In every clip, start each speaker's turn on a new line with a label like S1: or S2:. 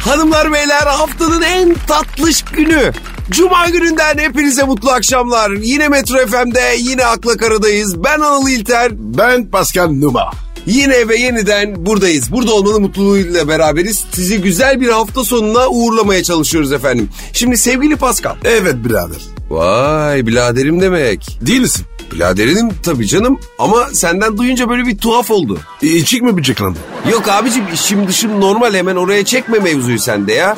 S1: Hanımlar beyler haftanın en tatlış günü. Cuma gününden hepinize mutlu akşamlar. Yine Metro FM'de yine Akla Karadayız. Ben Anıl İlter.
S2: Ben Pascal Numa.
S1: Yine ve yeniden buradayız. Burada olmanın mutluluğuyla beraberiz. Sizi güzel bir hafta sonuna uğurlamaya çalışıyoruz efendim. Şimdi sevgili Pascal.
S2: Evet birader.
S1: Vay biraderim demek.
S2: Değil misin?
S1: Biraderinim tabii canım ama senden duyunca böyle bir tuhaf oldu.
S2: E, içik mi bıçaklandı?
S1: Yok abicim işim dışım normal hemen oraya çekme mevzuyu sende ya.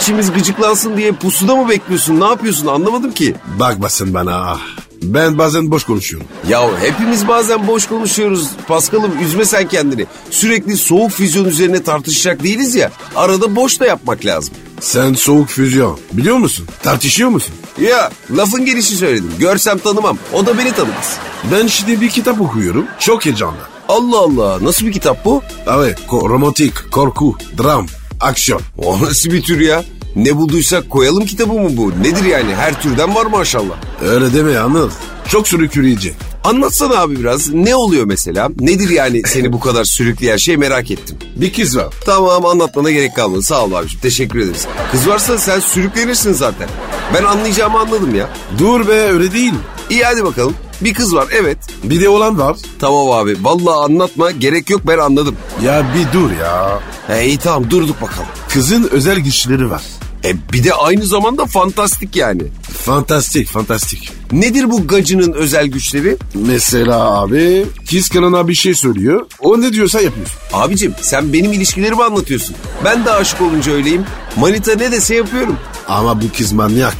S1: İçimiz gıcıklansın diye pusuda mı bekliyorsun ne yapıyorsun anlamadım ki.
S2: Bakmasın bana. Ah, Ben bazen boş konuşuyorum.
S1: Ya hepimiz bazen boş konuşuyoruz Paskal'ım üzme sen kendini. Sürekli soğuk füzyon üzerine tartışacak değiliz ya arada boş da yapmak lazım.
S2: Sen soğuk füzyon. Biliyor musun? Tartışıyor musun?
S1: Ya lafın gelişi söyledim görsem tanımam o da beni tanımaz.
S2: Ben şimdi bir kitap okuyorum. Çok heyecanlı.
S1: Allah Allah nasıl bir kitap bu?
S2: Evet. ko- romantik, korku, dram, aksiyon.
S1: O nasıl bir tür ya? Ne bulduysak koyalım kitabı mı bu? Nedir yani? Her türden var maşallah.
S2: Öyle deme yalnız. Çok sürükleyici.
S1: Anlatsana abi biraz. Ne oluyor mesela? Nedir yani seni bu kadar sürükleyen şey merak ettim.
S2: Bir kız var.
S1: Tamam anlatmana gerek kalmadı. Sağ ol abiciğim. Teşekkür ederiz. Kız varsa sen sürüklenirsin zaten. Ben anlayacağımı anladım ya.
S2: Dur be öyle değil.
S1: İyi hadi bakalım. Bir kız var evet.
S2: Bir de olan var.
S1: Tamam abi. Vallahi anlatma. Gerek yok ben anladım.
S2: Ya bir dur ya.
S1: He iyi tamam durduk bakalım.
S2: Kızın özel güçleri var.
S1: E bir de aynı zamanda fantastik yani.
S2: Fantastik, fantastik.
S1: Nedir bu gacının özel güçleri?
S2: Mesela abi kız kanına bir şey söylüyor. O ne diyorsa yapıyorsun.
S1: Abicim sen benim ilişkilerimi anlatıyorsun. Ben de aşık olunca öyleyim. Manita ne dese yapıyorum.
S2: Ama bu kız manyak.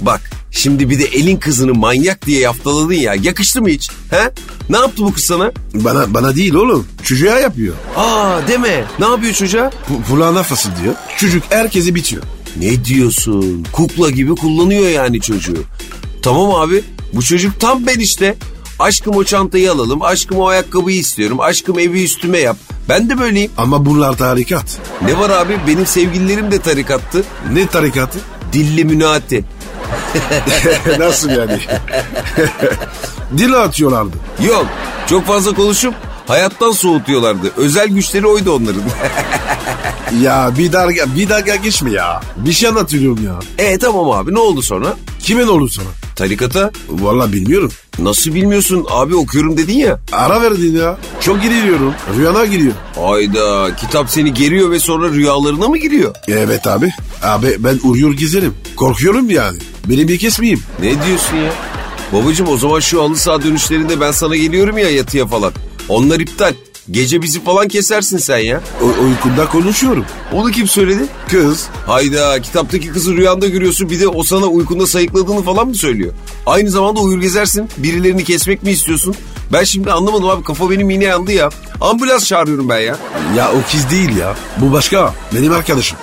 S1: Bak şimdi bir de elin kızını manyak diye yaftaladın ya. Yakıştı mı hiç? He? Ne yaptı bu kız sana?
S2: Bana bana değil oğlum. Çocuğa yapıyor.
S1: Aa deme. Ne yapıyor çocuğa?
S2: P- Pulağına fasıl diyor. Çocuk herkesi bitiyor.
S1: Ne diyorsun? Kukla gibi kullanıyor yani çocuğu. Tamam abi bu çocuk tam ben işte. Aşkım o çantayı alalım. Aşkım o ayakkabıyı istiyorum. Aşkım evi üstüme yap. Ben de böyleyim.
S2: Ama bunlar tarikat.
S1: Ne var abi benim sevgililerim de tarikattı.
S2: Ne tarikatı?
S1: Dilli münati.
S2: Nasıl yani? Dil atıyorlardı.
S1: Yok çok fazla konuşup hayattan soğutuyorlardı. Özel güçleri oydu onların.
S2: Ya bir dalga, bir dalga geçme ya. Bir şey anlatıyorum ya.
S1: e tamam abi ne oldu sonra?
S2: Kime ne olur sana?
S1: Tarikata
S2: Valla bilmiyorum.
S1: nasıl bilmiyorsun abi okuyorum dedin ya.
S2: Ara verdin ya. Çok giriyorum. Rüyana giriyor.
S1: Hayda kitap seni geriyor ve sonra rüyalarına mı giriyor?
S2: Evet abi. Abi ben uyuyor gezerim. Korkuyorum yani. Beni bir kesmeyeyim.
S1: Ne diyorsun ya? Babacım o zaman şu halı saha dönüşlerinde ben sana geliyorum ya yatıya falan. Onlar iptal. Gece bizi falan kesersin sen ya.
S2: O- uykumda konuşuyorum.
S1: Onu kim söyledi?
S2: Kız.
S1: Hayda kitaptaki kızı rüyanda görüyorsun bir de o sana uykunda sayıkladığını falan mı söylüyor? Aynı zamanda uyur gezersin birilerini kesmek mi istiyorsun? Ben şimdi anlamadım abi kafa benim yine yandı ya. Ambulans çağırıyorum ben ya.
S2: Ya o kız değil ya. Bu başka. Benim arkadaşım.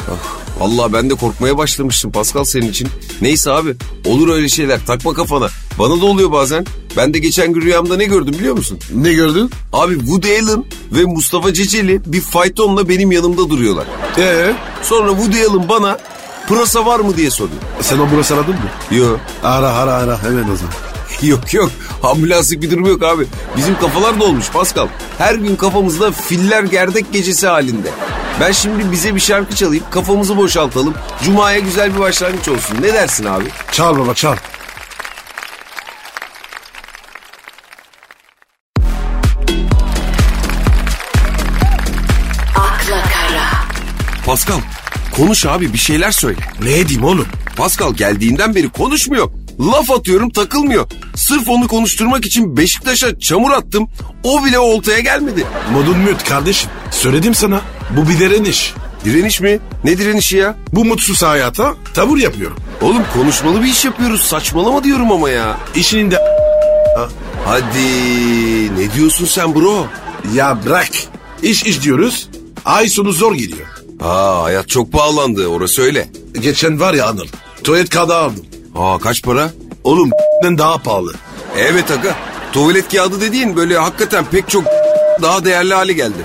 S1: Vallahi ben de korkmaya başlamıştım Pascal senin için. Neyse abi olur öyle şeyler takma kafana. Bana da oluyor bazen. Ben de geçen gün rüyamda ne gördüm biliyor musun?
S2: Ne gördün?
S1: Abi Woody Allen ve Mustafa Ceceli bir faytonla benim yanımda duruyorlar.
S2: Ee,
S1: Sonra Woody Allen bana pırasa var mı diye soruyor.
S2: sen o burası aradın mı?
S1: Yok
S2: Ara ara ara hemen o zaman.
S1: Yok yok ambulanslık bir durum yok abi. Bizim kafalar da olmuş Pascal. Her gün kafamızda filler gerdek gecesi halinde. Ben şimdi bize bir şarkı çalayım kafamızı boşaltalım. Cuma'ya güzel bir başlangıç olsun. Ne dersin abi?
S2: Çal baba çal.
S3: akla kara,
S1: Pascal konuş abi bir şeyler söyle.
S2: Ne edeyim oğlum?
S1: Pascal geldiğinden beri konuşmuyor. Laf atıyorum takılmıyor. Sırf onu konuşturmak için Beşiktaş'a çamur attım. O bile oltaya gelmedi.
S2: Modun müt kardeşim. Söyledim sana. Bu bir direniş.
S1: Direniş mi? Ne direnişi ya?
S2: Bu mutsuz hayata tavır yapıyorum.
S1: Oğlum konuşmalı bir iş yapıyoruz. Saçmalama diyorum ama ya.
S2: İşinin de...
S1: Hadi ne diyorsun sen bro?
S2: Ya bırak. İş iş diyoruz. Ay sonu zor geliyor.
S1: Aa hayat çok pahalandı orası öyle.
S2: Geçen var ya Anıl. Tuvalet kağıdı aldım.
S1: Aa kaç para?
S2: Oğlum daha pahalı.
S1: Evet aga tuvalet kağıdı dediğin böyle hakikaten pek çok daha değerli hale geldi.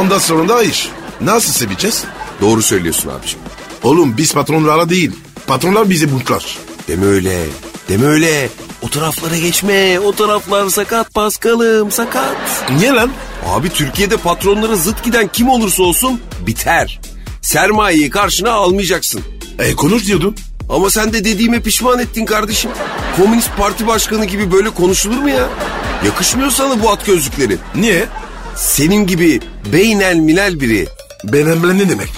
S2: Ondan sonra da iş. Nasıl seveceğiz?
S1: Doğru söylüyorsun abiciğim.
S2: Oğlum biz patronlara değil. Patronlar bizi butlar.
S1: Deme öyle. Deme öyle. O taraflara geçme. O taraflar sakat Paskal'ım sakat.
S2: Niye lan?
S1: Abi Türkiye'de patronlara zıt giden kim olursa olsun biter. Sermayeyi karşına almayacaksın.
S2: E konuş diyordun.
S1: Ama sen de dediğime pişman ettin kardeşim. Komünist Parti Başkanı gibi böyle konuşulur mu ya? Yakışmıyor sana bu at gözlükleri.
S2: Niye?
S1: Senin gibi beynel minel biri.
S2: Ben ben ne demek?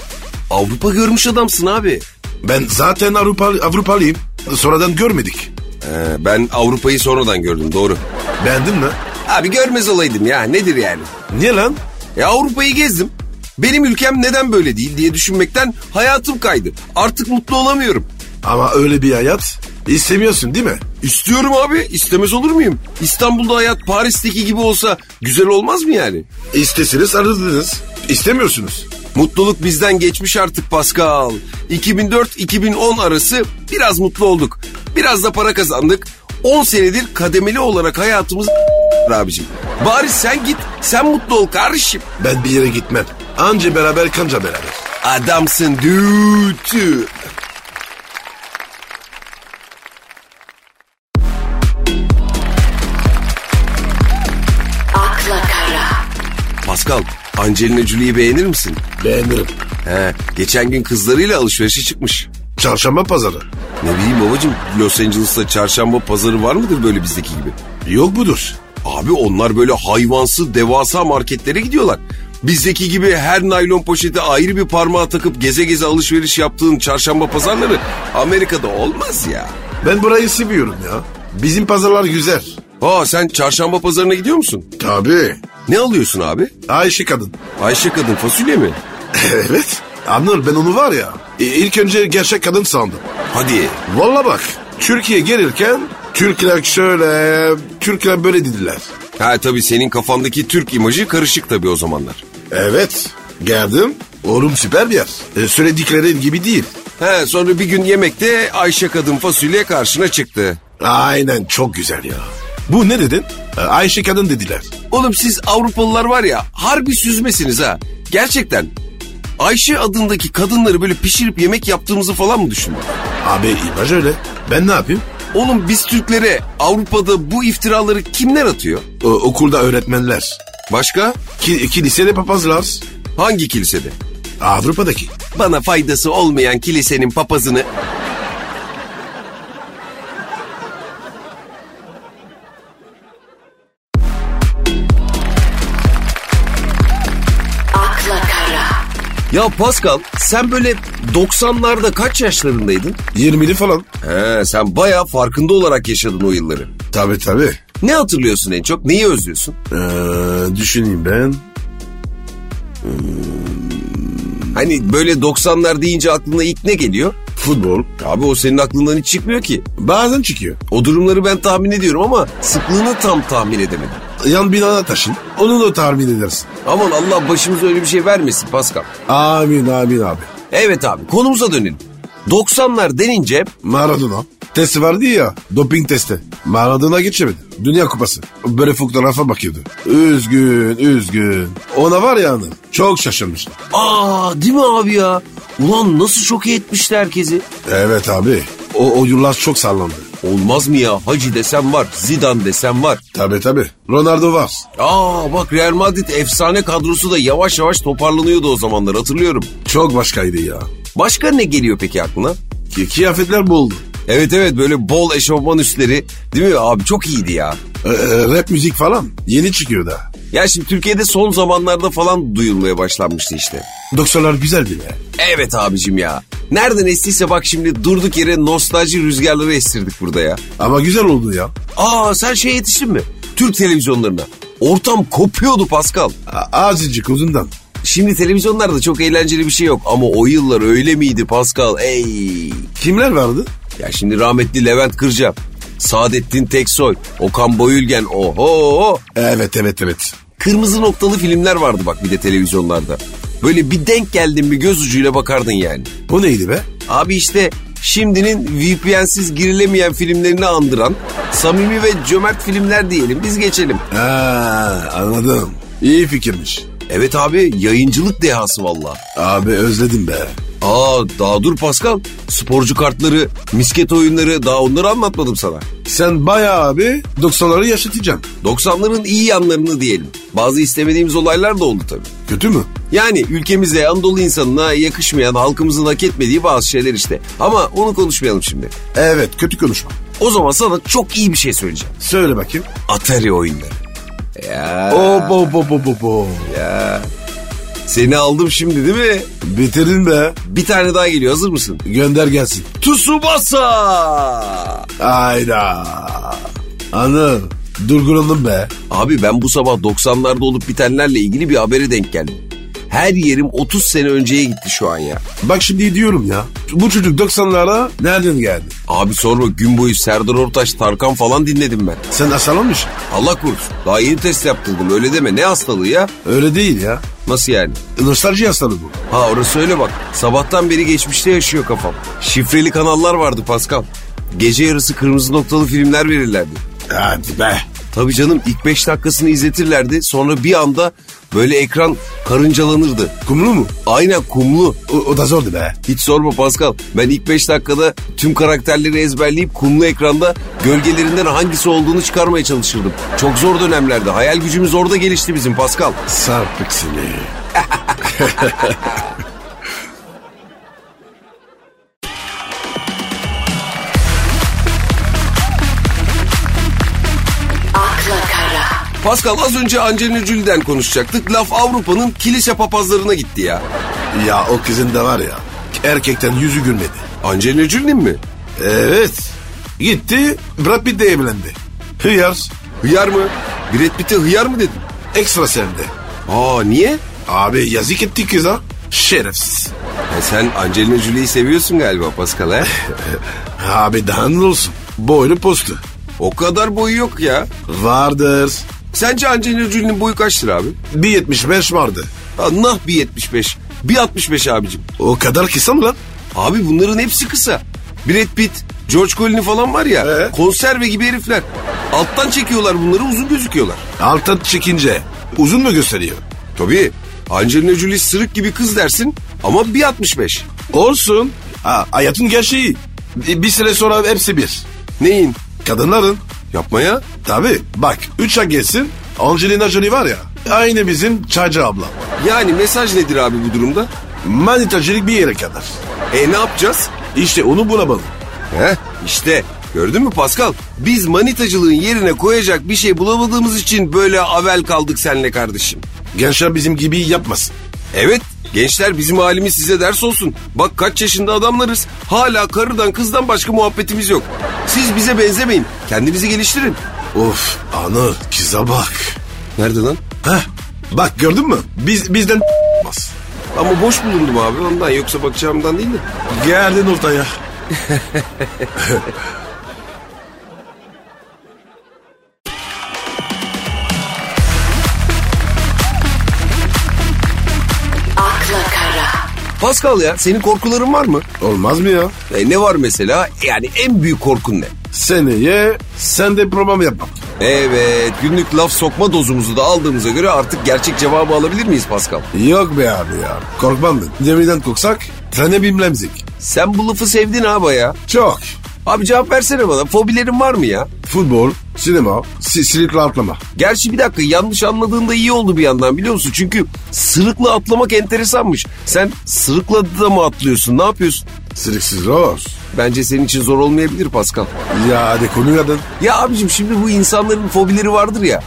S1: Avrupa görmüş adamsın abi.
S2: Ben zaten Avrupa, Avrupalıyım. Sonradan görmedik.
S1: Ee, ben Avrupa'yı sonradan gördüm doğru.
S2: Beğendin mi?
S1: Abi görmez olaydım ya nedir yani?
S2: Niye lan?
S1: E Avrupa'yı gezdim. Benim ülkem neden böyle değil diye düşünmekten hayatım kaydı. Artık mutlu olamıyorum.
S2: Ama öyle bir hayat istemiyorsun değil mi?
S1: İstiyorum abi. istemez olur muyum? İstanbul'da hayat Paris'teki gibi olsa güzel olmaz mı yani?
S2: İstesiniz aradınız. İstemiyorsunuz.
S1: Mutluluk bizden geçmiş artık Pascal. 2004-2010 arası biraz mutlu olduk. Biraz da para kazandık. 10 senedir kademeli olarak hayatımız abicim. Bari sen git, sen mutlu ol kardeşim.
S2: Ben bir yere gitmem. Anca beraber kanca beraber.
S1: Adamsın dütü.
S3: akla kara,
S1: Pascal, Angelina Jolie'yi beğenir misin?
S2: Beğenirim.
S1: He, geçen gün kızlarıyla alışverişe çıkmış.
S2: Çarşamba pazarı.
S1: Ne bileyim babacığım, Los Angeles'ta çarşamba pazarı var mıdır böyle bizdeki gibi?
S2: Yok budur.
S1: Abi onlar böyle hayvansı devasa marketlere gidiyorlar. Bizdeki gibi her naylon poşeti ayrı bir parmağa takıp geze geze alışveriş yaptığın çarşamba pazarları Amerika'da olmaz ya.
S2: Ben burayı seviyorum ya. Bizim pazarlar güzel.
S1: Ha sen çarşamba pazarına gidiyor musun?
S2: Tabii.
S1: Ne alıyorsun abi?
S2: Ayşe kadın.
S1: Ayşe kadın fasulye mi?
S2: evet. Anlar ben onu var ya. e, İlk önce gerçek kadın sandım.
S1: Hadi.
S2: Valla bak. Türkiye gelirken Türkler şöyle, Türkler böyle dediler.
S1: Ha tabii senin kafandaki Türk imajı karışık tabii o zamanlar.
S2: Evet. Geldim. Oğlum süper bir yer. E, söyledikleri gibi değil.
S1: He sonra bir gün yemekte Ayşe kadın fasulye karşına çıktı.
S2: Aynen çok güzel ya. Bu ne dedin? E, Ayşe kadın dediler.
S1: Oğlum siz Avrupalılar var ya harbi süzmesiniz ha. Gerçekten. Ayşe adındaki kadınları böyle pişirip yemek yaptığımızı falan mı düşündün?
S2: Abi imaj öyle. Ben ne yapayım?
S1: Oğlum biz Türklere Avrupa'da bu iftiraları kimler atıyor?
S2: E, okulda öğretmenler.
S1: Başka?
S2: Ki, kilisede papazlar.
S1: Hangi kilisede?
S2: Avrupa'daki.
S1: Bana faydası olmayan kilisenin papazını...
S3: akla kara,
S1: Ya Pascal sen böyle 90'larda kaç yaşlarındaydın?
S2: 20'li falan.
S1: He sen bayağı farkında olarak yaşadın o yılları.
S2: Tabii tabii.
S1: Ne hatırlıyorsun en çok? Neyi özlüyorsun?
S2: Ee, düşüneyim ben.
S1: Hani böyle 90'lar deyince aklına ilk ne geliyor?
S2: Futbol.
S1: Abi o senin aklından hiç çıkmıyor ki.
S2: Bazen çıkıyor.
S1: O durumları ben tahmin ediyorum ama sıklığını tam tahmin edemedim.
S2: Yan binana taşın. Onu da tahmin edersin.
S1: Aman Allah başımıza öyle bir şey vermesin Pascal.
S2: Amin amin abi.
S1: Evet abi konumuza dönelim. 90'lar denince
S2: Maradona. Testi vardı ya. Doping testi. Maradona geçemedi. Dünya kupası. Böyle fotoğrafa bakıyordu. Üzgün üzgün. Ona var ya hanım. Çok şaşırmıştı.
S1: aa değil mi abi ya? Ulan nasıl şoke etmişti herkesi.
S2: Evet abi. O oyunlar çok sallandı.
S1: Olmaz mı ya? Hacı desen var, Zidane desen var.
S2: Tabi tabi. Ronaldo var.
S1: Aa bak Real Madrid efsane kadrosu da yavaş yavaş toparlanıyordu o zamanlar hatırlıyorum.
S2: Çok başkaydı ya.
S1: Başka ne geliyor peki aklına?
S2: Ki kıyafetler boldu.
S1: Evet evet böyle bol eşofman üstleri değil mi abi çok iyiydi ya.
S2: Ee, e, rap müzik falan yeni çıkıyor da.
S1: Ya şimdi Türkiye'de son zamanlarda falan duyulmaya başlanmıştı işte.
S2: 90'lar güzeldi be.
S1: Evet abicim ya. Nereden estiyse bak şimdi durduk yere nostalji rüzgarları estirdik burada ya.
S2: Ama güzel oldu ya.
S1: Aa sen şey yetiştin mi? Türk televizyonlarına. Ortam kopuyordu Pascal.
S2: A- azıcık uzundan.
S1: Şimdi televizyonlarda çok eğlenceli bir şey yok ama o yıllar öyle miydi Pascal? Ey.
S2: Kimler vardı?
S1: Ya şimdi rahmetli Levent Kırca, Saadettin Teksoy, Okan Boyülgen oho.
S2: Evet evet evet.
S1: Kırmızı noktalı filmler vardı bak bir de televizyonlarda. Böyle bir denk geldin mi göz ucuyla bakardın yani.
S2: O neydi be?
S1: Abi işte şimdinin VPN'siz girilemeyen filmlerini andıran samimi ve cömert filmler diyelim biz geçelim.
S2: Ha, anladım. İyi fikirmiş.
S1: Evet abi yayıncılık dehası valla.
S2: Abi özledim be.
S1: Aa daha dur Pascal. Sporcu kartları, misket oyunları daha onları anlatmadım sana.
S2: Sen bayağı abi 90'ları yaşatacaksın.
S1: 90'ların iyi yanlarını diyelim. Bazı istemediğimiz olaylar da oldu tabii.
S2: Kötü mü?
S1: Yani ülkemize, Anadolu insanına yakışmayan, halkımızın hak etmediği bazı şeyler işte. Ama onu konuşmayalım şimdi.
S2: Evet kötü konuşma.
S1: O zaman sana çok iyi bir şey söyleyeceğim.
S2: Söyle bakayım.
S1: Atari oyunları. Ya.
S2: O bo bo bo bo bo.
S1: Seni aldım şimdi değil mi?
S2: Bitirin be.
S1: Bir tane daha geliyor hazır mısın?
S2: Gönder gelsin.
S1: Tsubasa!
S2: Hayda. Anıl durgulandım be.
S1: Abi ben bu sabah 90'larda olup bitenlerle ilgili bir habere denk geldim. Her yerim 30 sene önceye gitti şu an ya.
S2: Bak şimdi diyorum ya. Bu çocuk 90'lara nereden geldi?
S1: Abi sorma gün boyu Serdar Ortaç, Tarkan falan dinledim ben.
S2: Sen hastalanmış.
S1: Allah korusun. Daha yeni test yaptırdım öyle deme. Ne hastalığı ya?
S2: Öyle değil ya.
S1: Nasıl yani?
S2: Nostalji hastalığı bu.
S1: Ha orası öyle bak. Sabahtan beri geçmişte yaşıyor kafam. Şifreli kanallar vardı Pascal. Gece yarısı kırmızı noktalı filmler verirlerdi.
S2: Hadi be.
S1: Tabii canım ilk 5 dakikasını izletirlerdi. Sonra bir anda böyle ekran karıncalanırdı.
S2: Kumlu mu?
S1: Aynen kumlu.
S2: O, o da zordu be.
S1: Hiç sorma Pascal. Ben ilk 5 dakikada tüm karakterleri ezberleyip kumlu ekranda gölgelerinden hangisi olduğunu çıkarmaya çalışırdım. Çok zor dönemlerde. Hayal gücümüz orada gelişti bizim Pascal.
S2: Sarpık seni.
S3: akla kara,
S1: Pascal az önce Angelina Jolie'den konuşacaktık. Laf Avrupa'nın kilise papazlarına gitti ya.
S2: Ya o kızın da var ya. Erkekten yüzü gülmedi.
S1: Angelina Jolie'nin mi?
S2: Evet. Gitti Brad Pitt'le evlendi. Hıyar.
S1: Hıyar mı? Brad Pitt'e hıyar mı dedin?
S2: Ekstra sevdi.
S1: Aa niye?
S2: Abi yazık etti kıza. Şerefsiz.
S1: Ya E, sen Angelina Jolie'yi seviyorsun galiba Pascal ha?
S2: Abi daha ne olsun. Boylu postu.
S1: O kadar boyu yok ya.
S2: Vardır.
S1: Sence Angelina Jolie'nin boyu kaçtır abi?
S2: 1.75 vardı.
S1: Allah bir 75. Bir 65 abicim.
S2: O kadar kısa mı lan?
S1: Abi bunların hepsi kısa. Brad Pitt, George Clooney falan var ya.
S2: Ee?
S1: Konserve gibi herifler. Alttan çekiyorlar bunları uzun gözüküyorlar.
S2: Alttan çekince uzun mu gösteriyor?
S1: Tabii. Angelina Jolie sırık gibi kız dersin ama 1.65.
S2: Olsun. Ha, hayatın gerçeği. Bir bir süre sonra hepsi bir.
S1: Neyin?
S2: Kadınların.
S1: Yapmaya?
S2: Tabi bak 3'e geçsin Angelina Jolie var ya. Aynı bizim Çaycı abla.
S1: Yani mesaj nedir abi bu durumda?
S2: Manitacılık bir yere kadar.
S1: E ne yapacağız?
S2: İşte onu bulamadım.
S1: Heh işte gördün mü Pascal? Biz manitacılığın yerine koyacak bir şey bulamadığımız için böyle avel kaldık senle kardeşim.
S2: Gençler bizim gibi yapmasın.
S1: Evet gençler bizim halimiz size ders olsun. Bak kaç yaşında adamlarız. Hala karıdan kızdan başka muhabbetimiz yok. Siz bize benzemeyin. Kendinizi geliştirin.
S2: Of anı kıza bak.
S1: Nerede lan?
S2: Heh, bak gördün mü? Biz bizden bas.
S1: Ama boş bulundum abi ondan yoksa bakacağımdan değil de.
S2: Geldin ortaya.
S3: akla kara,
S1: Pascal ya senin korkuların var mı?
S2: Olmaz mı ya?
S1: E, ne var mesela? Yani en büyük korkun ne?
S2: Seneye sen de program yapmam.
S1: Evet günlük laf sokma dozumuzu da aldığımıza göre artık gerçek cevabı alabilir miyiz Pascal?
S2: Yok be abi ya. Korkmam ben. Demirden koksak tane bilmemzik.
S1: Sen bu lafı sevdin ha baya.
S2: Çok.
S1: Abi cevap versene bana fobilerin var mı ya?
S2: Futbol, sinema, si silikle atlama.
S1: Gerçi bir dakika yanlış anladığında iyi oldu bir yandan biliyor musun? Çünkü sırıkla atlamak enteresanmış. Sen sırıkla da mı atlıyorsun ne yapıyorsun?
S2: Siliksiz roz.
S1: Bence senin için zor olmayabilir Pascal.
S2: Ya hadi konuyu adın.
S1: Ya abicim şimdi bu insanların fobileri vardır ya.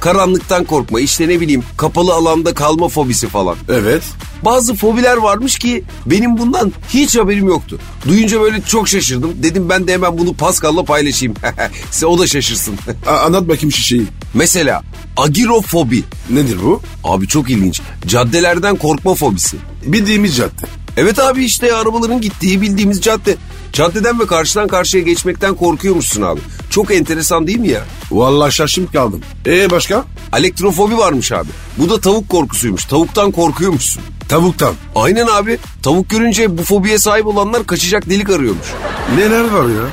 S1: Karanlıktan korkma işte ne bileyim kapalı alanda kalma fobisi falan.
S2: Evet.
S1: Bazı fobiler varmış ki benim bundan hiç haberim yoktu. Duyunca böyle çok şaşırdım. Dedim ben de hemen bunu Pascal'la paylaşayım. Size o da şaşırsın.
S2: A- anlat bakayım şu şeyi.
S1: Mesela agirofobi.
S2: Nedir bu?
S1: Abi çok ilginç. Caddelerden korkma fobisi.
S2: Bildiğimiz cadde.
S1: Evet abi işte arabaların gittiği bildiğimiz cadde. Caddeden ve karşıdan karşıya geçmekten korkuyormuşsun abi. Çok enteresan değil mi ya?
S2: Vallahi şaşım kaldım. Ee başka?
S1: Alektrofobi varmış abi. Bu da tavuk korkusuymuş. Tavuktan korkuyormuşsun.
S2: Tavuktan.
S1: Aynen abi. Tavuk görünce bu fobiye sahip olanlar kaçacak delik arıyormuş.
S2: Neler var ya?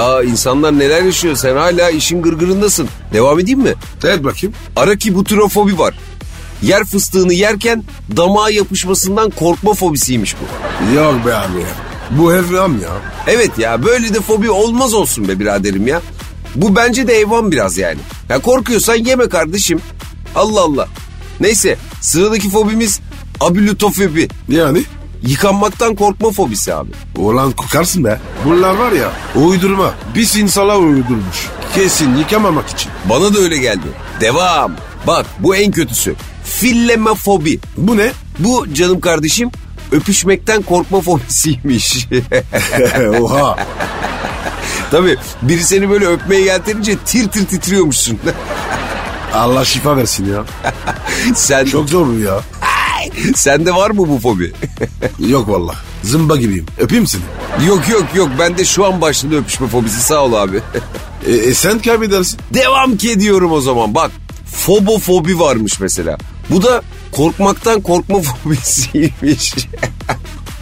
S1: Ya insanlar neler yaşıyor sen hala işin gırgırındasın. Devam edeyim mi?
S2: Evet bakayım.
S1: Arakibutrofobi var. Yer fıstığını yerken damağa yapışmasından korkma fobisiymiş bu.
S2: Yok be abi ya. Bu evlam ya.
S1: Evet ya böyle de fobi olmaz olsun be biraderim ya. Bu bence de eyvan biraz yani. Ya korkuyorsan yeme kardeşim. Allah Allah. Neyse sıradaki fobimiz Abülütofobi.
S2: Yani?
S1: Yıkanmaktan korkma fobisi abi.
S2: Ulan kokarsın be. Bunlar var ya uydurma. Biz insana uydurmuş. Kesin yıkamamak için.
S1: Bana da öyle geldi. Devam. Bak bu en kötüsü. Fillemefobi.
S2: Bu ne?
S1: Bu canım kardeşim öpüşmekten korkma fobisiymiş.
S2: Oha.
S1: Tabii biri seni böyle öpmeye yeltenince tir tir titriyormuşsun.
S2: Allah şifa versin ya.
S1: Sen
S2: Çok zor bu ya.
S1: sende var mı bu fobi?
S2: Yok valla. Zımba gibiyim. Öpeyim seni.
S1: yok yok yok bende şu an başladı öpüşme fobisi sağ ol abi.
S2: E, e, sen kaybedersin.
S1: Devam ki diyorum o zaman bak. Fobofobi varmış mesela. Bu da korkmaktan korkma fobisiymiş.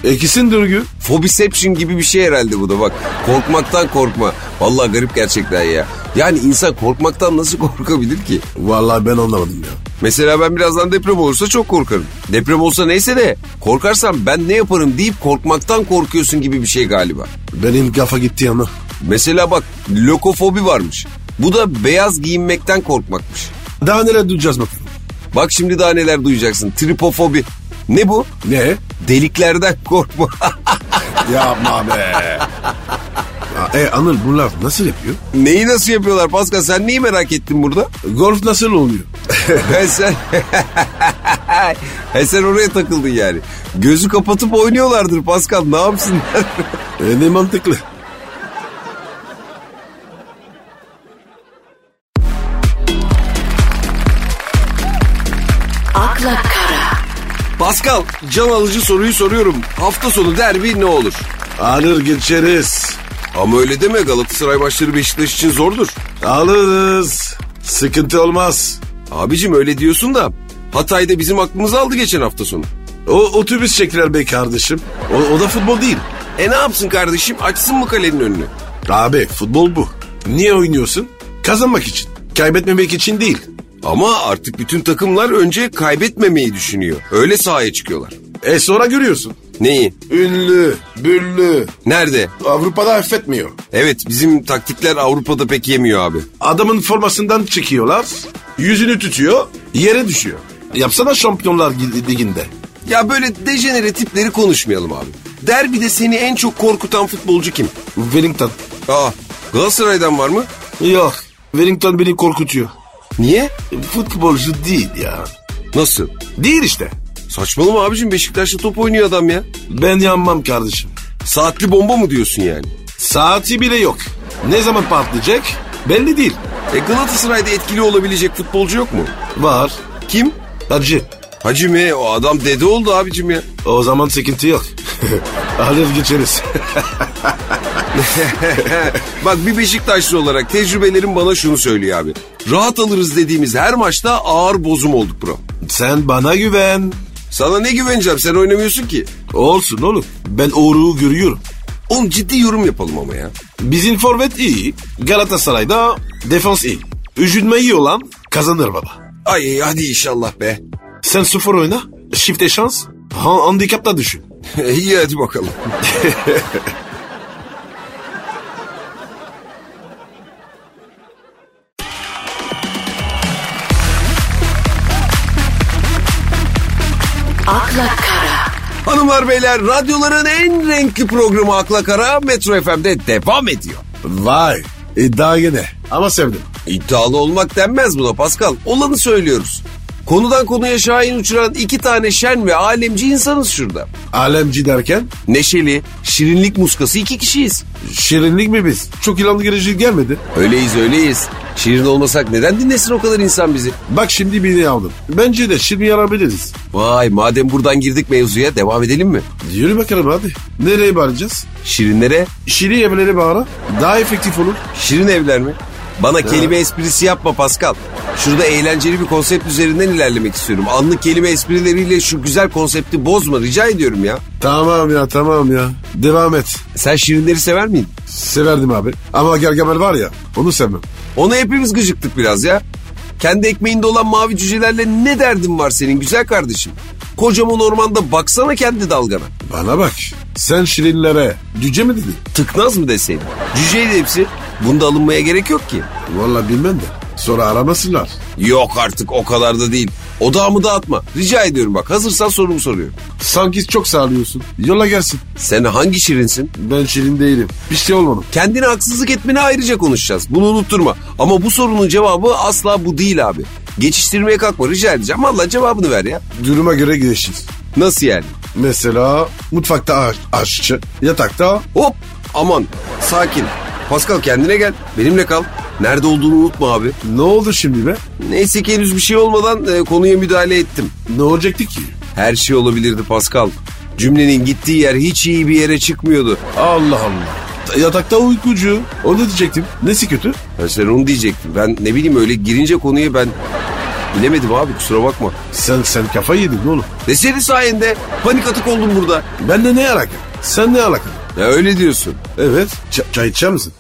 S2: Ekisin dürgü.
S1: Fobiception gibi bir şey herhalde bu da bak. Korkmaktan korkma. Vallahi garip gerçekten ya. Yani insan korkmaktan nasıl korkabilir ki?
S2: Valla ben anlamadım ya.
S1: Mesela ben birazdan deprem olursa çok korkarım. Deprem olsa neyse de korkarsam ben ne yaparım deyip korkmaktan korkuyorsun gibi bir şey galiba.
S2: Benim kafa gitti yana.
S1: Mesela bak lokofobi varmış. Bu da beyaz giyinmekten korkmakmış.
S2: Daha neler duyacağız bakalım.
S1: Bak şimdi daha neler duyacaksın. Tripofobi. Ne bu?
S2: Ne?
S1: Deliklerden korkma.
S2: Yapma be. Ya, e Anıl bunlar nasıl yapıyor?
S1: Neyi nasıl yapıyorlar Pascal? Sen neyi merak ettin burada?
S2: Golf nasıl oluyor?
S1: He sen... He sen oraya takıldın yani. Gözü kapatıp oynuyorlardır Pascal. Ne yapsınlar?
S2: E, ne mantıklı.
S3: akla kara,
S1: Pascal, can alıcı soruyu soruyorum. Hafta sonu derbi ne olur?
S2: Alır geçeriz.
S1: Ama öyle deme Galatasaray maçları Beşiktaş için zordur.
S2: Alırız. Sıkıntı olmaz.
S1: Abicim öyle diyorsun da Hatay'da bizim aklımızı aldı geçen hafta sonu.
S2: O otobüs çektiler be kardeşim. O, o da futbol değil.
S1: E ne yapsın kardeşim açsın mı kalenin önünü?
S2: Abi futbol bu. Niye oynuyorsun? Kazanmak için. Kaybetmemek için değil.
S1: Ama artık bütün takımlar önce kaybetmemeyi düşünüyor. Öyle sahaya çıkıyorlar.
S2: E sonra görüyorsun.
S1: Neyi?
S2: Ünlü, büllü.
S1: Nerede?
S2: Avrupa'da affetmiyor.
S1: Evet bizim taktikler Avrupa'da pek yemiyor abi.
S2: Adamın formasından çekiyorlar. Yüzünü tutuyor, yere düşüyor. Yapsana şampiyonlar liginde.
S1: Ya böyle dejenere tipleri konuşmayalım abi. Derbide seni en çok korkutan futbolcu kim?
S2: Wellington.
S1: Aa Galatasaray'dan var mı?
S2: Yok. Wellington beni korkutuyor.
S1: Niye?
S2: Futbolcu değil ya.
S1: Nasıl?
S2: Değil işte.
S1: Saçmalama abicim Beşiktaş'ta top oynuyor adam ya.
S2: Ben yanmam kardeşim.
S1: Saatli bomba mı diyorsun yani?
S2: Saati bile yok. Ne zaman patlayacak belli değil.
S1: E Galatasaray'da etkili olabilecek futbolcu yok mu?
S2: Var.
S1: Kim?
S2: Hacı.
S1: Hacı mi? O adam dede oldu abicim ya.
S2: O zaman sıkıntı yok. Alır geçeriz.
S1: Bak bir Beşiktaşlı olarak tecrübelerim bana şunu söylüyor abi. Rahat alırız dediğimiz her maçta ağır bozum olduk bro.
S2: Sen bana güven.
S1: Sana ne güveneceğim sen oynamıyorsun ki.
S2: Olsun oğlum. Ben Uğur'u görüyorum.
S1: Oğlum ciddi yorum yapalım ama ya.
S2: Bizim forvet iyi. Galatasaray'da defans iyi. Üzülme iyi olan kazanır baba.
S1: Ay hadi inşallah be.
S2: Sen sıfır oyna. Şifte şans. Ha, handikapta düşün.
S1: İyi hadi bakalım.
S3: akla kara,
S1: Hanımlar beyler radyoların en renkli programı Akla Kara Metro FM'de devam ediyor.
S2: Vay. İddia gene. Ama sevdim.
S1: İddialı olmak denmez buna Pascal. Olanı söylüyoruz. Konudan konuya şahin uçuran iki tane şen ve alemci insanız şurada.
S2: Alemci derken
S1: Neşeli, şirinlik muskası iki kişiyiz.
S2: şirinlik mi biz? Çok ilanlı girici gelmedi.
S1: Öyleyiz öyleyiz. Şirin olmasak neden dinlesin o kadar insan bizi?
S2: Bak şimdi birini aldım. Bence de şirin yarabiliriz.
S1: Vay madem buradan girdik mevzuya devam edelim mi?
S2: Yürü bakalım hadi. Nereye bağıracağız?
S1: Şirinlere
S2: Şirin evleri bağıra. Daha efektif olur.
S1: Şirin evler mi? Bana kelime esprisi yapma Pascal. Şurada eğlenceli bir konsept üzerinden ilerlemek istiyorum. Anlık kelime esprileriyle şu güzel konsepti bozma rica ediyorum ya.
S2: Tamam ya tamam ya. Devam et.
S1: Sen şirinleri sever miydin?
S2: Severdim abi. Ama Gargamel var ya onu sevmem.
S1: Ona hepimiz gıcıktık biraz ya. Kendi ekmeğinde olan mavi cücelerle ne derdin var senin güzel kardeşim? Kocaman ormanda baksana kendi dalgana.
S2: Bana bak. Sen şirinlere cüce mi dedin?
S1: Tıknaz mı deseydin? Cüceydi hepsi. Bunda alınmaya gerek yok ki.
S2: Vallahi bilmem de. Sonra aramasınlar.
S1: Yok artık o kadar da değil. Odağımı dağıtma. Rica ediyorum bak hazırsan sorumu soruyorum.
S2: Sanki çok sağlıyorsun. Yola gelsin.
S1: Sen hangi şirinsin?
S2: Ben şirin değilim. Bir şey olmadım.
S1: Kendine haksızlık etmeni ayrıca konuşacağız. Bunu unutturma. Ama bu sorunun cevabı asla bu değil abi. Geçiştirmeye kalkma rica edeceğim. Valla cevabını ver ya.
S2: Duruma göre gideceğiz.
S1: Nasıl yani?
S2: Mesela mutfakta aş- aşçı, yatakta
S1: Hop aman sakin. Pascal kendine gel. Benimle kal. Nerede olduğunu unutma abi.
S2: ne oldu şimdi be?
S1: Neyse ki henüz bir şey olmadan e, konuya müdahale ettim.
S2: Ne olacaktı ki?
S1: Her şey olabilirdi Pascal. Cümlenin gittiği yer hiç iyi bir yere çıkmıyordu.
S2: Allah Allah. Ta- Yatakta uykucu. Onu diyecektim. Nesi kötü?
S1: Ben sen onu diyecektim. Ben ne bileyim öyle girince konuya ben bilemedim abi kusura bakma.
S2: Sen sen kafayı yedin oğlum.
S1: Ne senin sayende panik atık oldum burada.
S2: Ben de ne alaka? Sen ne alaka?
S1: Ya öyle diyorsun.
S2: Evet. Ç- çay içer misin?